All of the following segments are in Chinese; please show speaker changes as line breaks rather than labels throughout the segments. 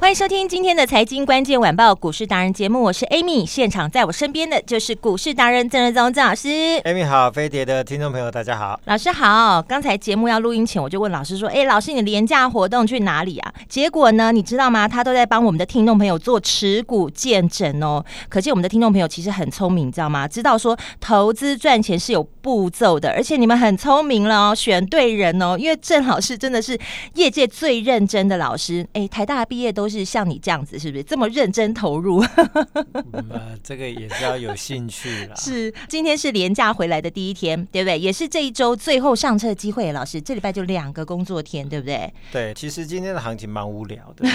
欢迎收听今天的财经关键晚报股市达人节目，我是 Amy，现场在我身边的就是股市达人郑仁宗郑老师。
Amy 好，飞碟的听众朋友大家好。
老师好，刚才节目要录音前，我就问老师说：“哎、老师，你廉价活动去哪里啊？”结果呢，你知道吗？他都在帮我们的听众朋友做持股见证哦。可见我们的听众朋友其实很聪明，你知道吗？知道说投资赚钱是有步骤的，而且你们很聪明了哦，选对人哦。因为郑老师真的是业界最认真的老师，哎，台大毕业都是像你这样子，是不是这么认真投入？
嗯，呃这个也是要有兴趣 啦。
是，今天是廉价回来的第一天，对不对？也是这一周最后上车的机会。老师，这礼拜就两个工作天，对不对？
对，其实今天的行情蛮无聊的，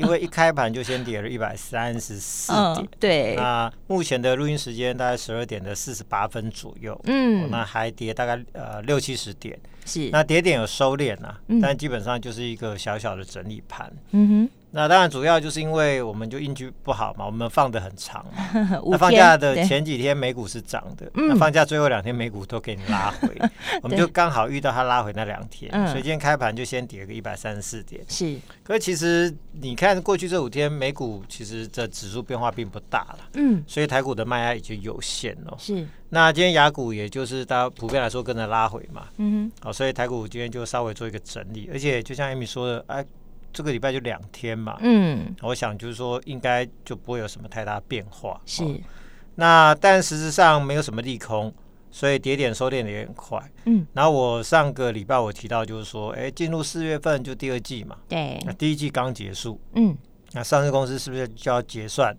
因为一开盘就先跌了一百三十四点。，
嗯对，
那目前的录音时间大概十二点的四十八分左右，哦
嗯，
那还跌大概呃六七十点，
是，
那跌点有收敛啦、啊
嗯，
但基本上就是一个小小的整理盘。
嗯
那当然主要就是因为我们就应句不好嘛，我们放的很长嘛，
哼， 五
那放
天
假的
对
前几天美股是涨的，
嗯
那放假最后两天美股都给你拉 回，我们就刚好遇到它拉回那两天，
嗯
所以今天开盘就先跌个一百三十四点。
是，
可是其实你看过去这五天美股其实的指数变化并不大了，
嗯，
所以台股的卖压也就有限哦。
是，
那今天雅股也就是大家普遍来说跟着拉回嘛，
嗯
好、所以台股今天就稍微做一个整理，而且就像 Amy 说的，哎、这个礼拜就两天嘛
哼，，嗯，
我想就是说应该就不会有什么太大变化，
是
哦，那但实质上没有什么利空，所以跌点收敛的也很快。
嗯，
然后我上个礼拜我提到就是说，哎，进入四月份就第二季嘛，
对
那，第一季刚结束，
嗯
那上市公司是不是就要结算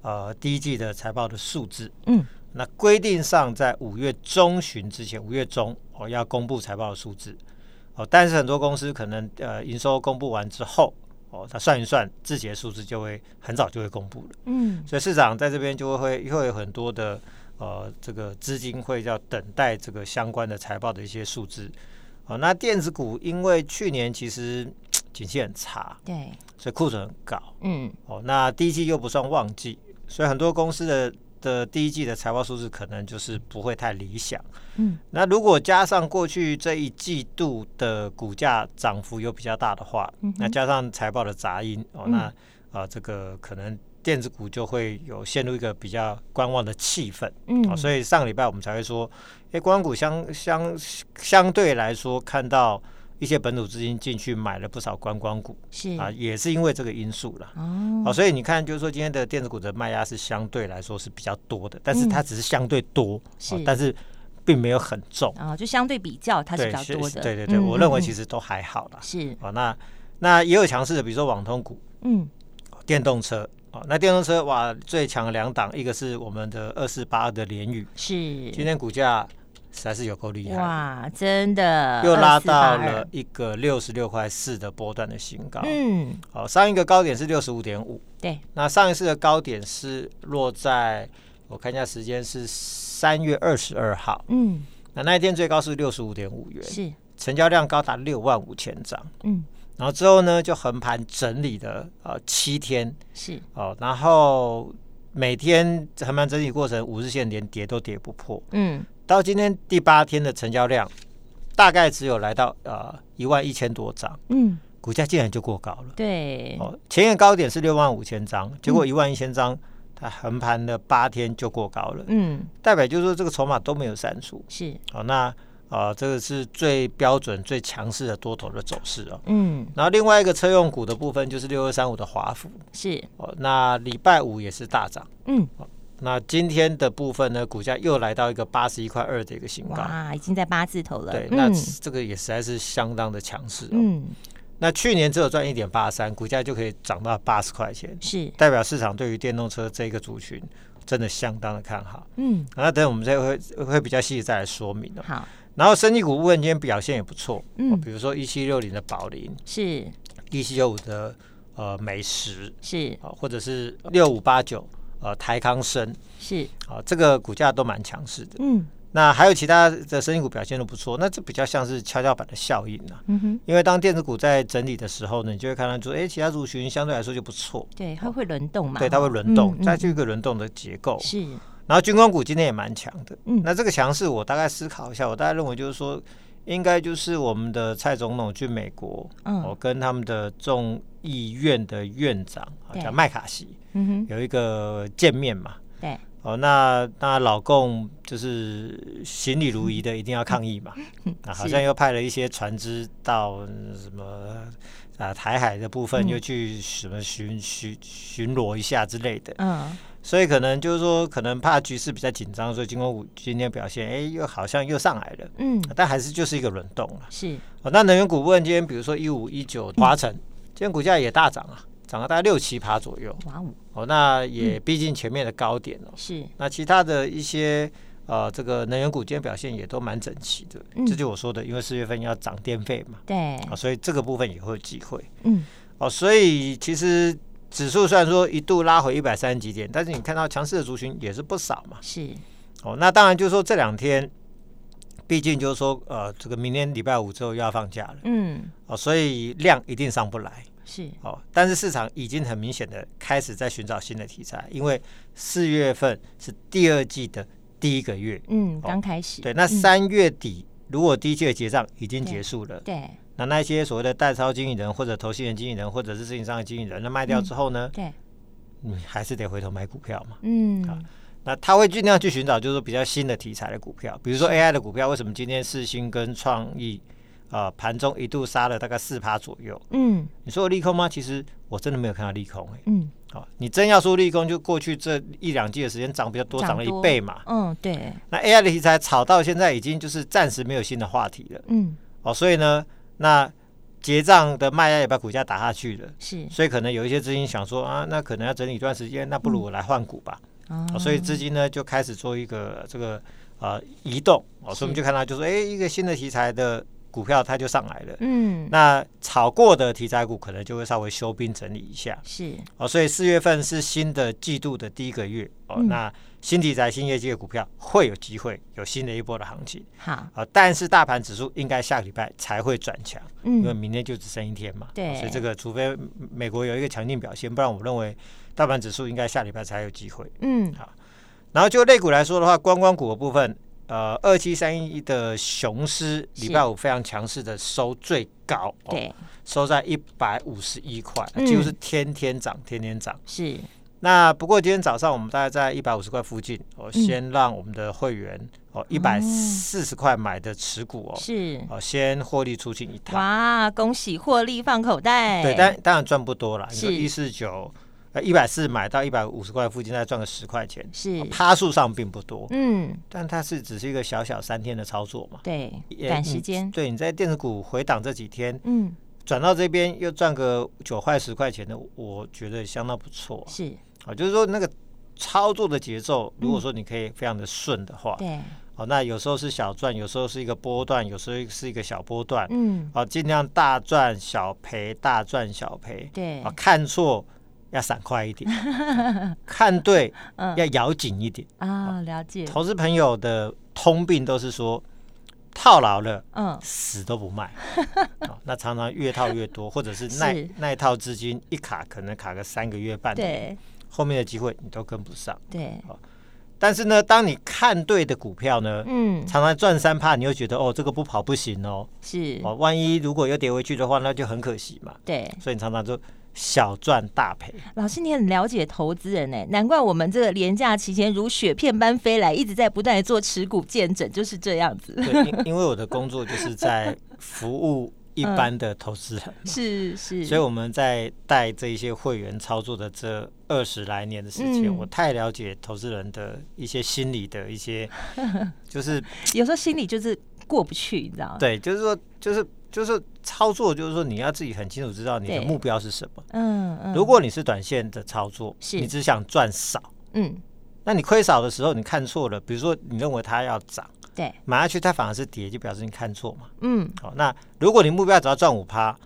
呃第一季的财报的数字？
嗯，
那规定上在五月中旬之前，五月中哦要公布财报的数字哦，但是很多公司可能呃营收公布完之后。哦，他算一算，自己的数字就会很早就会公布了。
嗯，
所以市场在这边就会会有很多的呃这个资金会要等待这个相关的财报的一些数字。哦，那电子股因为去年其实景气很差，
对，
所以库存很高。
嗯
哦，那第一季又不算旺季，所以很多公司的的第一季的财报数字可能就是不会太理想。
嗯，
那如果加上过去这一季度的股价涨幅有比较大的话，
嗯哼嗯
那加上财报的杂音哦，那啊、呃这个可能电子股就会有陷入一个比较观望的气氛。哦，
嗯，
所以上个礼拜我们才会说，哎，观光股相相相对来说看到一些本土资金进去买了不少观光股
是，
啊，也是因为这个因素啦。
哦，
好，所以你看，就是说今天的电子股的卖压是相对来说是比较多的，但是它只是相对多，
嗯
哦
是
但是并没有很重，
啊，就相对比较它是比较
是
多的，嗯
对对对，我认为其
实
实都还好啦。
是，
哦，那那也有强势的，比如说网通股、
嗯
电动车。哦，那电动车哇，最强的两档，一个是我们的二四八二的联宇，今
是，
天股价实在是有够厉害，
哇，真的
又拉到
2482
了一个六十六块四的波段的新高。
嗯，
好、上一个高点是六十五点五，
对，
那上一次的高点是落在，我看一下时间是三月二十二号，
嗯
那那一天最高是六十五点五元，
是，
成交量高达六万五千张，
嗯
然后之后呢就横盘整理了呃七天
是，
哦，然后每天横盘整理过程五日线连跌都跌不破，
嗯
到今天第八天的成交量大概只有来到呃一万一千多张，
嗯，
股价竟然就过高了。
对，
哦，前一个高点是六万五千张，结
嗯
果一万一千张，它横盘了八天就过高了，
嗯
代表就是说这个筹码都没有删除。
是，
好，那啊，这个是最标准、最强势的多头的走势哦。
嗯
然后另外一个车用股的部分就是六二三五的华孚
是，
哦，那礼拜五也是大涨。哦
嗯
那今天的部分呢，股价又来到一个八十一块二的一个新高。
哇，已经在八字头了，
对，
嗯
那这个也实在是相当的强势、哦。
嗯
那去年只有赚一点八三，股价就可以涨到八十块钱，
是，
代表市场对于电动车这一个族群真的相当的看好。
嗯，
那等我们再会会比较细的再来说明哦。
好，
然后生技股部分今天表现也不错，
嗯
哦比如说一七六零的宝林，
是
一七九五的呃美食
是
啊，或者是六五八九呃台康生
是，
啊，这个股价都蛮强势的。
嗯
那还有其他的生意股表现都不错，那这比较像是跷跷板的效应啊。
嗯哼，
因为当电子股在整理的时候呢，你就会看到说，哎，其他族群相对来说就不错，
对，它会轮动嘛，
哦对，它会轮动，
嗯
再就一个轮动的结构。
是，
然后军工股今天也蛮强的，
嗯
那这个强势我大概思考一下，我大概认为就是说，应该就是我们的蔡总统去美国，
嗯
哦，跟他们的众议院的院长啊
对
叫麦卡锡
嗯哼，
有一个见面嘛，
对，
哦，那那老共就是行礼如仪的，一定要抗议嘛。啊，好
嗯是
像又派了一些船只到嗯什么啊台海的部
嗯
分，又去什么巡巡巡逻一下之类的。
嗯
所以可能就是说，可能怕局势比较紧张，所以金光股今天表现，哎、又好像又上来了。
嗯
但还是就是一个轮动了、
是，
哦，那能源股部分今天，比如说一五一九
嗯
华晨，今天股价也大涨啊，涨了大概六七趴左右。
哇哦，嗯
哦，那也逼近前面的高点哦。
是，
那其他的一些呃，这个能源股今天表现也都蛮整齐的，
嗯
这就我说的，因为四月份要涨电费嘛，
对
啊，，所以这个部分也会有机会
嗯
哦。所以其实指数虽然说一度拉回一百三十几点，但是你看到强势的族群也是不少嘛。
是，
哦，那当然就是说这两天，毕竟就是说呃，这个明天礼拜五之后又要放假了
嗯
哦，所以量一定上不来。
是，
哦，但是市场已经很明显的开始在寻找新的题材，因为四月份是第二季的第一个月，
嗯，
哦
刚开始，
对，那
嗯
三月底、如果第一季的结账已经结束了，
对
那那些所谓的代操经理人或者投信人经理人或者是自营商的经理人，那卖
嗯
掉之后呢，
对，
你还是得回头买股票嘛。
嗯
那他会尽量去寻找就是比较新的题材的股票，比如说 AI 的股票，为什么今天世新跟创意啊盘中一度杀了大概四趴左右？
嗯
你说有利空吗？其实我真的没有看到利空、欸，
嗯
好，你真要说利空，就过去这一两季的时间涨比较多，
涨
涨了
多
一倍嘛。
嗯对，
那 AI 的题材炒到现在已经就是暂时没有新的话题了。
嗯
哦，所以呢，那结账的卖压也把股价打下去了。
是
所以可能有一些资金想说啊，那可能要整理一段时间，那不如我
嗯
来换股吧。
啊
哦，所以资金呢就开始做一个这个呃移动。哦，所以我们就看到就是哎、一个新的题材的股票它就上来了。
嗯
那炒过的题材股可能就会稍微休兵整理一下。
是
哦，所以四月份是新的季度的第一个月哦，
嗯
那新题材、新业绩的股票会有机会有新的一波的行情
好，
啊、但是大盘指数应该下个礼拜才会转强，因为
嗯
明天就只剩一天嘛，
对
哦所以这个除非美国有一个强劲表现，不然我认为大盘指数应该下礼拜才有机会。
嗯
然后就类股来说的话，观光股的部分，呃，二七三一的雄狮
是
礼拜五非常强势的收最高，哦，
对
收在一百五十一块，
嗯
几乎是天天涨，天天涨。
是
那不过今天早上我们大概在一百五十块附近，哦，
嗯
先让我们的会员哦一百四十块买的持股哦，
是
哦先获利出清一趟。
哇，恭喜获利放口袋，
对，但当然赚不多啦，你说
哎是
一四九呃一百四买到一百五十块附近，再赚个十块钱，
是
趴数上并不多，
嗯
但它是只是一个小小三天的操作嘛。
对，
也嗯
赶
你
时间，
对，你在电子股回档这几天
嗯
转到这边又赚个九块十块钱的，我觉得相当不错、啊。
是
啊，就是说那个操作的节奏，如果说你可以非常的顺的话，
嗯对，
哦，那有时候是小赚，有时候是一个波段，有时候是一个小波段，
嗯
哦，尽量大赚小赔，大赚小赔，
对
啊，看错要闪 快一点，看对
嗯
要咬紧一点。
啊，了解，
投资朋友的通病都是说套牢了。
嗯
死都不卖， 哦那常常越套越多，或者是那
是
那一套资金一卡，可能卡个三个月半年，
对
后面的机会你都跟不上。
对，
但是呢，当你看对的股票呢，
嗯
常常赚三趴，你又觉得哦，这个不跑不行哦，
是，
哦，万一如果又跌回去的话，那就很可惜嘛。
对，
所以你常常就小赚大赔。
老师，你很了解投资人哎，难怪我们这个廉价期间如雪片般飞来，一直在不断的做持股见证，就是这样子。
对，因因为我的工作就是在服务一
嗯
般的投资人，
是是，
所以我们在带这一些会员操作的这二十来年的时间，
嗯
我太了解投资人的一些心理的 一些，就是
有时候心里就是过不去，你知道吗？
对，就是说，就是就是操作，就是说你要自己很清楚知道你的
对
目标是什么。
嗯嗯，
如果你是短线的操作，
是
你只想赚少，
嗯
那你亏少的时候你看错了，比如说你认为它要涨，
对，
买下去它反而是跌，就表示你看错嘛。
嗯
好、那如果你目标只要赚五趴，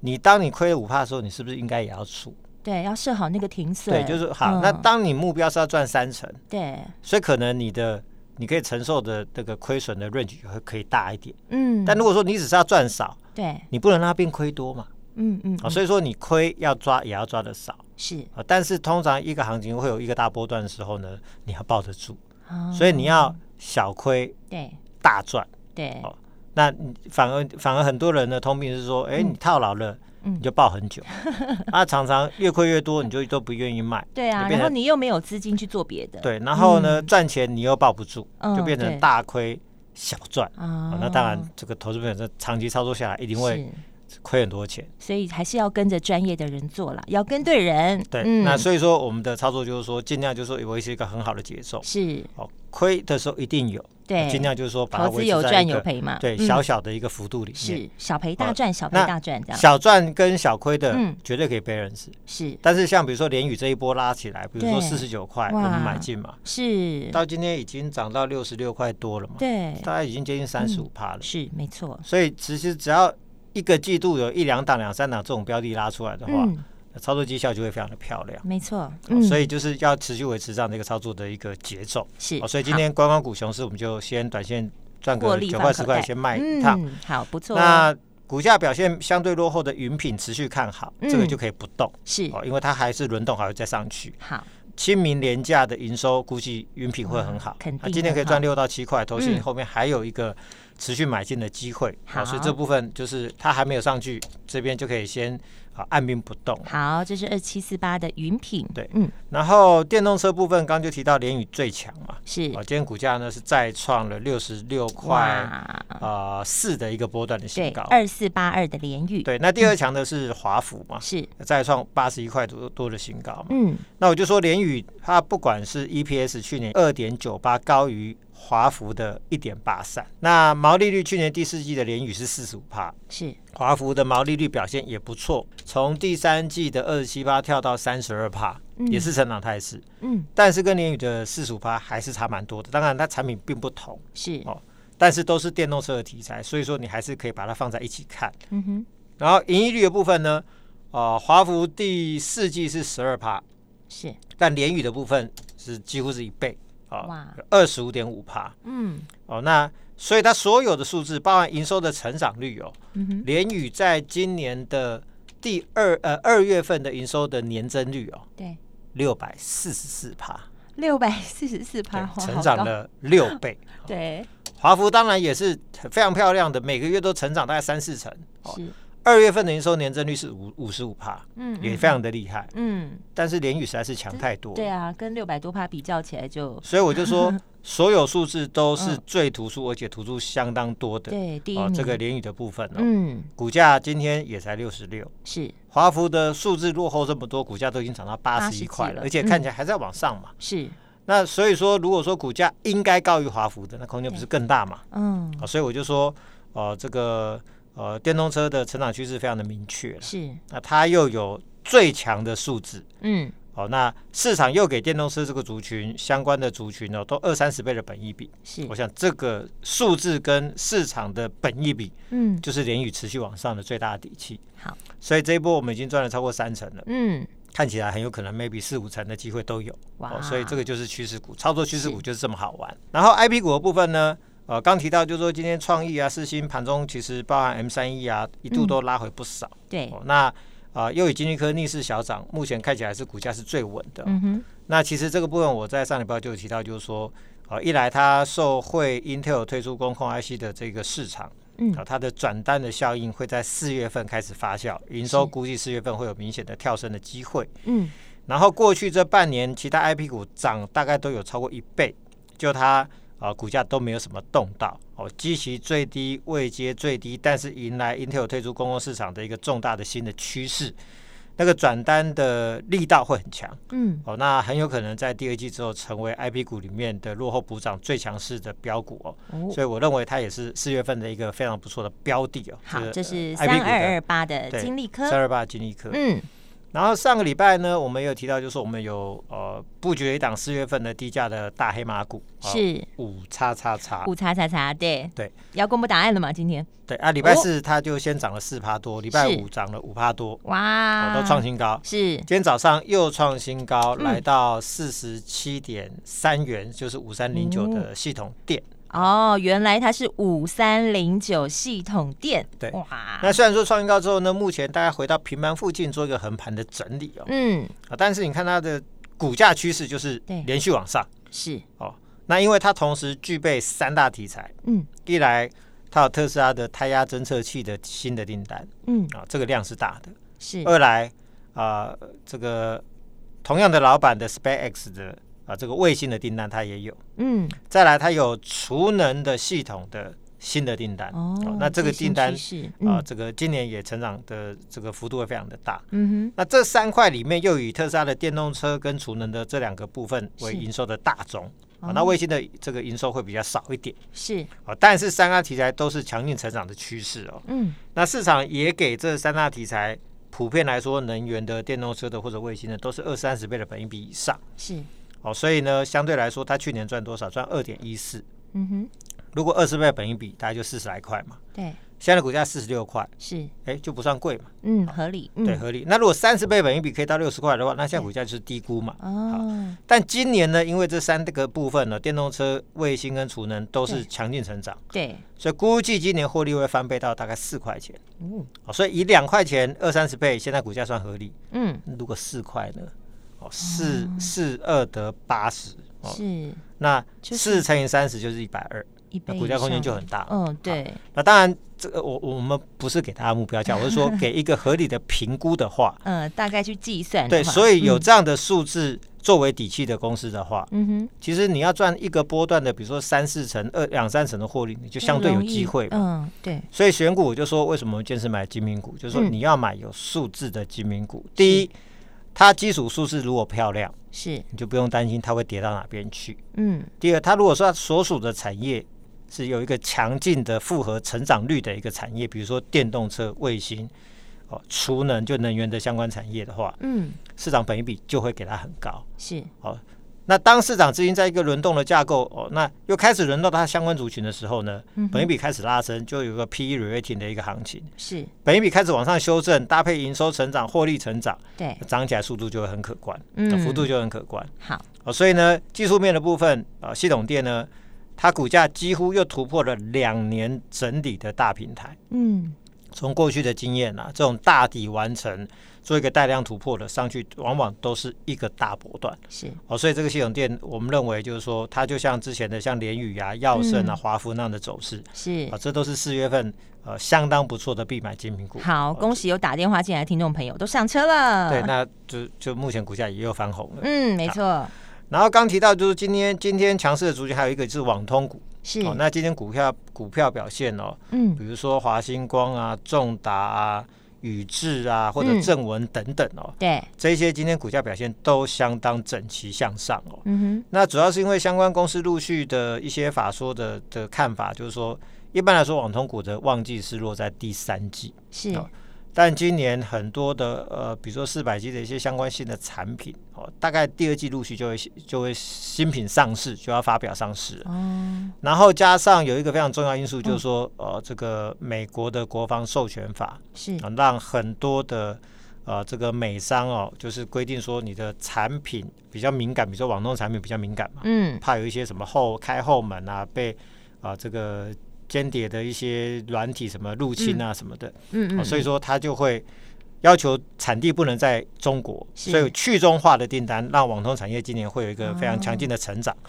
你当你亏了五趴的时候，你是不是应该也要出？
对，要设好那个停损，
对，就是好。
嗯
那当你目标是要赚三成，
对，
所以可能你的你可以承受的这个亏损的 range 会可以大一点。
嗯，
但如果说你只是要赚少，
对，
你不能让它变亏多嘛。
嗯嗯，
啊，所以说你亏要抓也要抓的少
嗯是
啊。但是通常一个行情会有一个大波段的时候呢，你要抱得住，
啊，
所以你要小亏
对
大赚。
对
好那你反而反而很多人的通病是说，哎、你套牢了，
嗯
你就抱很 久，啊，常常越亏越多，你就都不愿意卖。
对啊，
就变
然后
成
你又没有资金去做别的，
对，然后呢，赚钱你又抱不住，
嗯
就变成
对
大亏小赚。
啊
哦，那当然，这个投资朋友这长期操作下来，一定会
是
亏很多钱。
所以还是要跟着专业的人做啦，要跟对人，
对，
嗯
那所以说我们的操作就是说，尽量就是说维持一个很好的节奏。
是
哦，亏的时候一定有，
对，
尽量就是说把它
投资
维
有
持在
赚
一
有
个
赔嘛，
对
嗯
小小的一个幅度里面。
是小赔
好
大赚，小赔
那
大赚这样，
小赚跟小亏的
嗯
绝对可以 balance，
是
但是像比如说联宇这一波拉起来，比如说
对
四十九块，我
哇
们买进嘛，
是，
到今天已经涨到六十六块多了嘛，
对，嗯
大概已经接近三十五趴了。
是没错，
所以其实只要一个季度有一两档、两三档这种标的拉出来的话，
嗯，
操作绩效就会非常的漂亮。
没错，
哦
嗯，
所以就是要持续维持这样的一个操作的一个节奏。
是
哦，所以今
好
天观光股熊市，我们就先短线赚
获
个
利
九
放
块
口
十
袋
块先卖一趟。
嗯，好，不错哦，
那股价表现相对落后的云品持续看好，这个
嗯
就可以不动
是
哦，因为它还是轮动还会再上去。
好，
清明廉价的营收估计云品会很好，
哦肯定
啊今天可以
很好
赚六到七块，投信
嗯
后面还有一个持续买进的机会，
好
所以这部分就是它还没有上去，这边就可以先啊按兵不动。
好，这是二七四八的云品，
对
嗯，
然后电动车部分，刚刚就提到联宇最强嘛，
是
啊，今天股价呢是再创了六十六块
哇，
啊四的一个波段的
对
新，高，
二四八二的联宇，
对，那第二强的是华孚嘛，
是，
再创八十一块多多的新高嘛。
嗯，
那我就说联宇它不管是 EPS 去年二点九八高于华孚的一点八三，那毛利率去年第四季的联宇是四十五帕，
是
华孚的毛利率表现也不错，从第三季的二十七趴跳到三十二趴，也是成长态势。
嗯，
但是跟联宇的四十五趴还是差蛮多的，当然它产品并不同，
是，
哦但是都是电动车的题材，所以说你还是可以把它放在一起看。
嗯哼，
然后盈利率的部分呢，呃，华孚第四季是十二趴，
是，
但联宇的部分是几乎是一倍啊
哇，
二十五点五趴
嗯
哦。那所以它所有的数字，包含营收的成长率哦，
嗯哼，
联宇在今年的第二呃二月份的营收的年增率哦，
对，
六百四十 四趴，
六百四十四
对
趴，哇
成长，
好
了六倍。
高对，
华孚当然也是非常漂亮的，每个月都成长大概三四成。哦
是，
二月份的营收年增率是五五十五趴，
嗯
也非常的厉害。
嗯，
但是联宇实在是强太多，
对，啊，跟六百多趴比较起来就，
所以我 就说所有数字都是最突出，而且突出相当多
嗯
的。
对，第一
哦
名，，
这个联宇的部分哦，
嗯，
股价今天也才六十六，
是
华孚的数字落后这么多，股价都已经涨到八十一块
80几
了，
了嗯
而且看起来还在往上嘛。
是，
那所以说，如果说股价应该高于华孚的，那空间不是更大嘛？
嗯，
啊，所以我就说，呃，这个呃，电动车的成长趋势非常的明确了。
是，
那它又有最强的数字，
嗯，
哦，那市场又给电动车这个族群相关的族群哦，都二三十倍的本益比。
是
我，想这个数字跟市场的本益比，
嗯
就是联宇持续往上的最大的底气。
好，
所以这一波我们已经赚了超过三成了，
嗯，
看起来很有可能 maybe 四五成的机会都有。哦
哇，
所以这个就是趋势股，操作趋势股就是这么好玩。然后 I P 股的部分呢，呃，刚提到就是说今天创意啊、四星盘中其实包含 M 三 E 啊，一度
嗯
都拉回不少。
对，
哦，那啊、呃又以金立科逆势小涨，目前看起来是股价是最稳的。
嗯哼，
那其实这个部分我在上礼拜就有提到，就是说。呃，一来它受惠 Intel 推出公控 IC 的这个市场，
嗯
啊，它的转单的效应会在四月份开始发酵，营收
是
估计四月份会有明显的跳升的机会。
嗯，
然后过去这半年，其他 I P 股涨大概都有超过一倍，就它啊、呃股价都没有什么动到哦，基期最低，位阶最低，但是迎来 Intel 退出公共市场的一个重大的新的趋势。那个转单的力道会很强
嗯
哦，那很有可能在第二季之后成为 I P 股里面的落后补涨最强势的标股哦，
哦，
所以我认为它也是四月份的一个非常不错的标的哦。
好，这是
呃 IP
三
股
二
的
二八的
对
金利科
三，二八金利科。
嗯
然后上个礼拜呢，我们也有提到，就是我们有呃布局了一档四月份的低价的大黑马股，哦
是
五叉叉叉。
五叉叉叉，对
对，
要公布答案了嘛？今天
对啊，礼拜四它就先涨了四趴多，礼拜
哦是啊
五涨了五趴多，哦
哇，
都创新高。
是
今天早上又创新高，
嗯
来到四十七点三元，就是五三零九的系统店。
哦，原来它是五三零九系统店，
对
哇，
那虽然说创新高之后呢，目前大概回到平盘附近做一个横盘的整理哦，
嗯
啊但是你看它的股价趋势就是
对
连续往上
是
哦。那因为它同时具备三大题材，
嗯
一来它有特斯拉的胎压侦测器的新的订单
嗯
啊、这个量是大的；
是
二来啊、这个同样的老板的 SpaceX 的啊、这个卫星的订单它也有；
嗯
再来它有储能的系统的新的订单
哦，
那这个
最新
订单
趋势
啊、
嗯
这个今年也成长的这个幅度会非常的大。
嗯
那这三块里面，又以特斯拉的电动车跟储能的这两个部分为
是
营收的大宗，
哼，
啊，那
哦
卫星的这个营收会比较少一点，
是
啊，但是三大题材都是强劲成长的趋势哦。
嗯
那市场也给这三大题材，普遍来说，能源的、电动车的或者卫星的，都是二三十倍的本益比以上，
是
哦，所以呢，相对来说，它去年赚多少？赚二点一四，
嗯哼
如果二十倍的本益比，大概就四十来块嘛。
对
现在的股价四十六块，
是
哎，就不算贵嘛，
嗯合理嗯
对，合理。那如果三十倍本益比可以到六十块的话，那现在股价就是低估嘛。
哦
但今年呢，因为这三个部分呢，电动车、卫星跟储能都是强劲成长，
对
所以估计今年获利会翻倍到大概四块钱。
嗯
哦，所以以两块钱二三十倍，现在股价算合理。
嗯
如果四块呢？哦，四四二得八十，哦，
是
那
就是
四乘以三十就是一百二，
一
那
倍
股价空间
以
就
上
很大。
嗯对
那当然，这个我我们不是给大家目标价，我是说给一个合理的评估 的话，
呃大概去计算的
对，
话
所以有
嗯
这样的数字作为底气的公司的话，
嗯哼
其实你要赚一个波段的，比如说三四成、二两三成的获利，你就相对有
容易
机会嘛。
嗯对
所以选股，我就说为什么我们坚持买精品股，就是说
嗯
你要买有数字的精品股。第一，它基础数字如果漂亮，
是
你就不用担心它会跌到哪边去。
嗯
第二，它如果说它所属的产业是有一个强劲的复合成长率的一个产业，比如说电动车、卫星、哦储能就能源的相关产业的话，
嗯
市场本益比就会给它很高。
是
那当市场资金在一个轮动的架构哦，那又开始轮到它相关族群的时候呢，
嗯哼
本益比开始拉升，就有一个 PE rating 的一个行情，
是
本益比开始往上修正，搭配营收成长、获利成长，
对
涨起来速度就会很可观，哦
嗯
幅度就很可观
好
哦。所以呢，技术面的部分啊、呃系统店呢，它股价几乎又突破了两年整理的大平台。
嗯
从过去的经验啊，这种大底完成做一个带量突破的上去，往往都是一个大波段。
是
哦，所以这个系统店，我们认为就是说，它就像之前的像联宇啊、耀盛啊、
嗯
华孚那样的走势
是
啊，这都是四月份呃相当不错的必买精品股。
好，啊恭喜有打电话进来的听众朋友都上车了。
对，那就就目前股价也又翻红了。
嗯，没错，
然后刚提到就是今天今天强势的族群还有一个就是网通股，
是，
哦，那今天股票股票表现哦，
嗯，
比如说华星光啊、重达啊、宇智啊或者
嗯
正文等等哦，
对，
这些今天股价表现都相当整齐向上哦。
嗯
那主要是因为相关公司陆续的一些法说的的看法，就是说，一般来说，网通股的旺季是落在第三季
哼，，是，
哦但今年很多的呃，比如说四百 G 的一些相关性的产品哦，大概第二季陆续就会就会新品上市，就要发表上市了。
哦，
然后加上有一个非常重要因素，就是说，
嗯
呃，这个美国的国防授权法
是，
啊，让很多的呃这个美商哦，就是规定说你的产品比较敏感，比如说网络产品比较敏感嘛，
嗯，
怕有一些什么后开后门啊，被啊、这个间谍的一些软体什么入侵啊什么的，
嗯
哦
嗯，
所
以
以说他就会要求产地不能在中国，
是
所以去中化的订单让网通产业今年会有一个非常强劲的成长啊、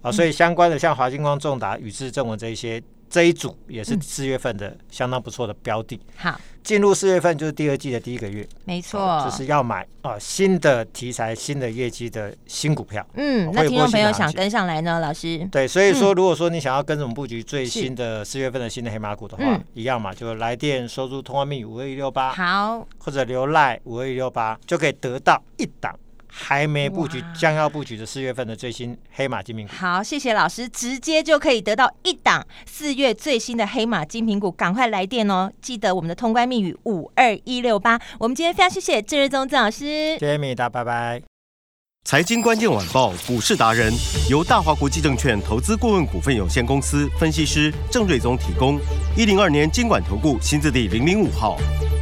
懂，
所以相关的像华星光、重达、宇智、正文这一些这一组也
嗯
是四月份的相当不错的标的。
好，
进入四月份就是第二季的第一个月，
没
哦
错，
就是要买啊、新的题材、新的业绩的新股票。
嗯，
会
那
有
听众
波形
朋友
的行
想
情
跟上来呢，老师，
对，所以说如果说你想要跟着我们布局最新的四月份的新的黑马股的话，
嗯
一样嘛，就来电收入通话密语五二一六八，
好，
或者留赖五二一六八，就可以得到一档还没布局
哇、
将要布局的四月份的最新黑马精品股。
好，谢谢老师，直接就可以得到一档四月最新的黑马金苹果，赶快来电哦！记得我们的通关密语五二一六八。我们今天非常谢谢郑瑞宗郑老师，
谢谢米达，拜拜。
财经关键晚报股市达人由大华国际证券投资顾问股份有限公司分析师郑瑞宗提供。一零二年经管投顾新字第零零五号。